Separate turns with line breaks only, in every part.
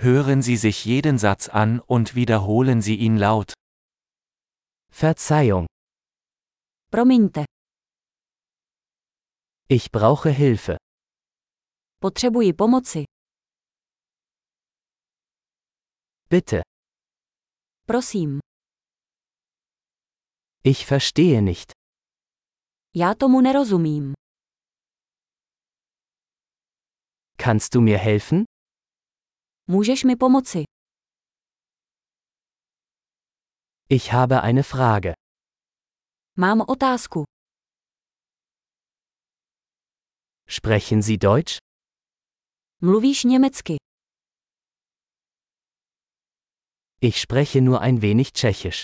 Hören Sie sich jeden Satz an und wiederholen Sie ihn laut.
Verzeihung,
Promiňte,
ich brauche Hilfe.
potřebuji pomoci.
Bitte,
Prosím,
ich verstehe nicht.
já tomu nerozumím.
Kannst du mir helfen?
Můžeš mi pomoci?
Ich habe eine Frage.
Mám otázku.
Sprechen Sie Deutsch?
Mluvíš německy?
Ich spreche nur ein wenig Tschechisch.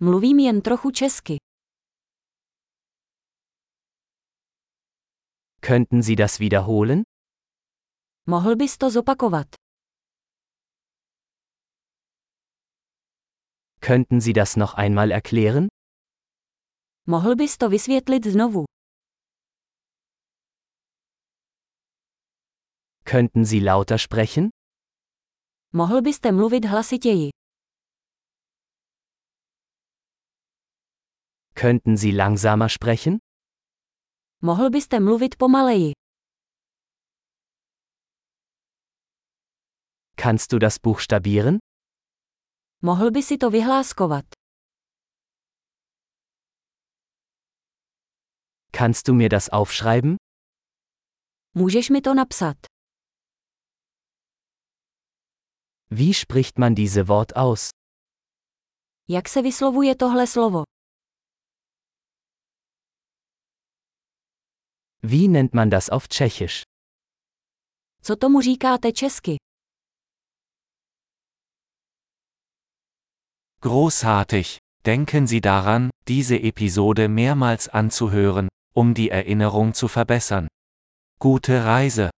Mluvím jen trochu česky.
Könnten Sie das wiederholen?
Mohl bys to zopakovat?
Könnten Sie das noch einmal erklären?
Mohl bys to vysvětlit znovu?
Könnten Sie lauter sprechen?
Mohl byste mluvit hlasitěji?
Könnten Sie langsamer sprechen?
Mohl byste mluvit pomaleji?
Kannst du das buchstabieren?
Mohl by si to vyhláskovat?
Kannst du mir das aufschreiben?
Můžeš mi to napsat?
Wie spricht man diese Wort aus?
Jak se vyslovuje tohle slovo?
Wie nennt man das auf Tschechisch?
Co tomu říkáte česky?
Großartig! Denken Sie daran, diese Episode mehrmals anzuhören, um die Erinnerung zu verbessern. Gute Reise!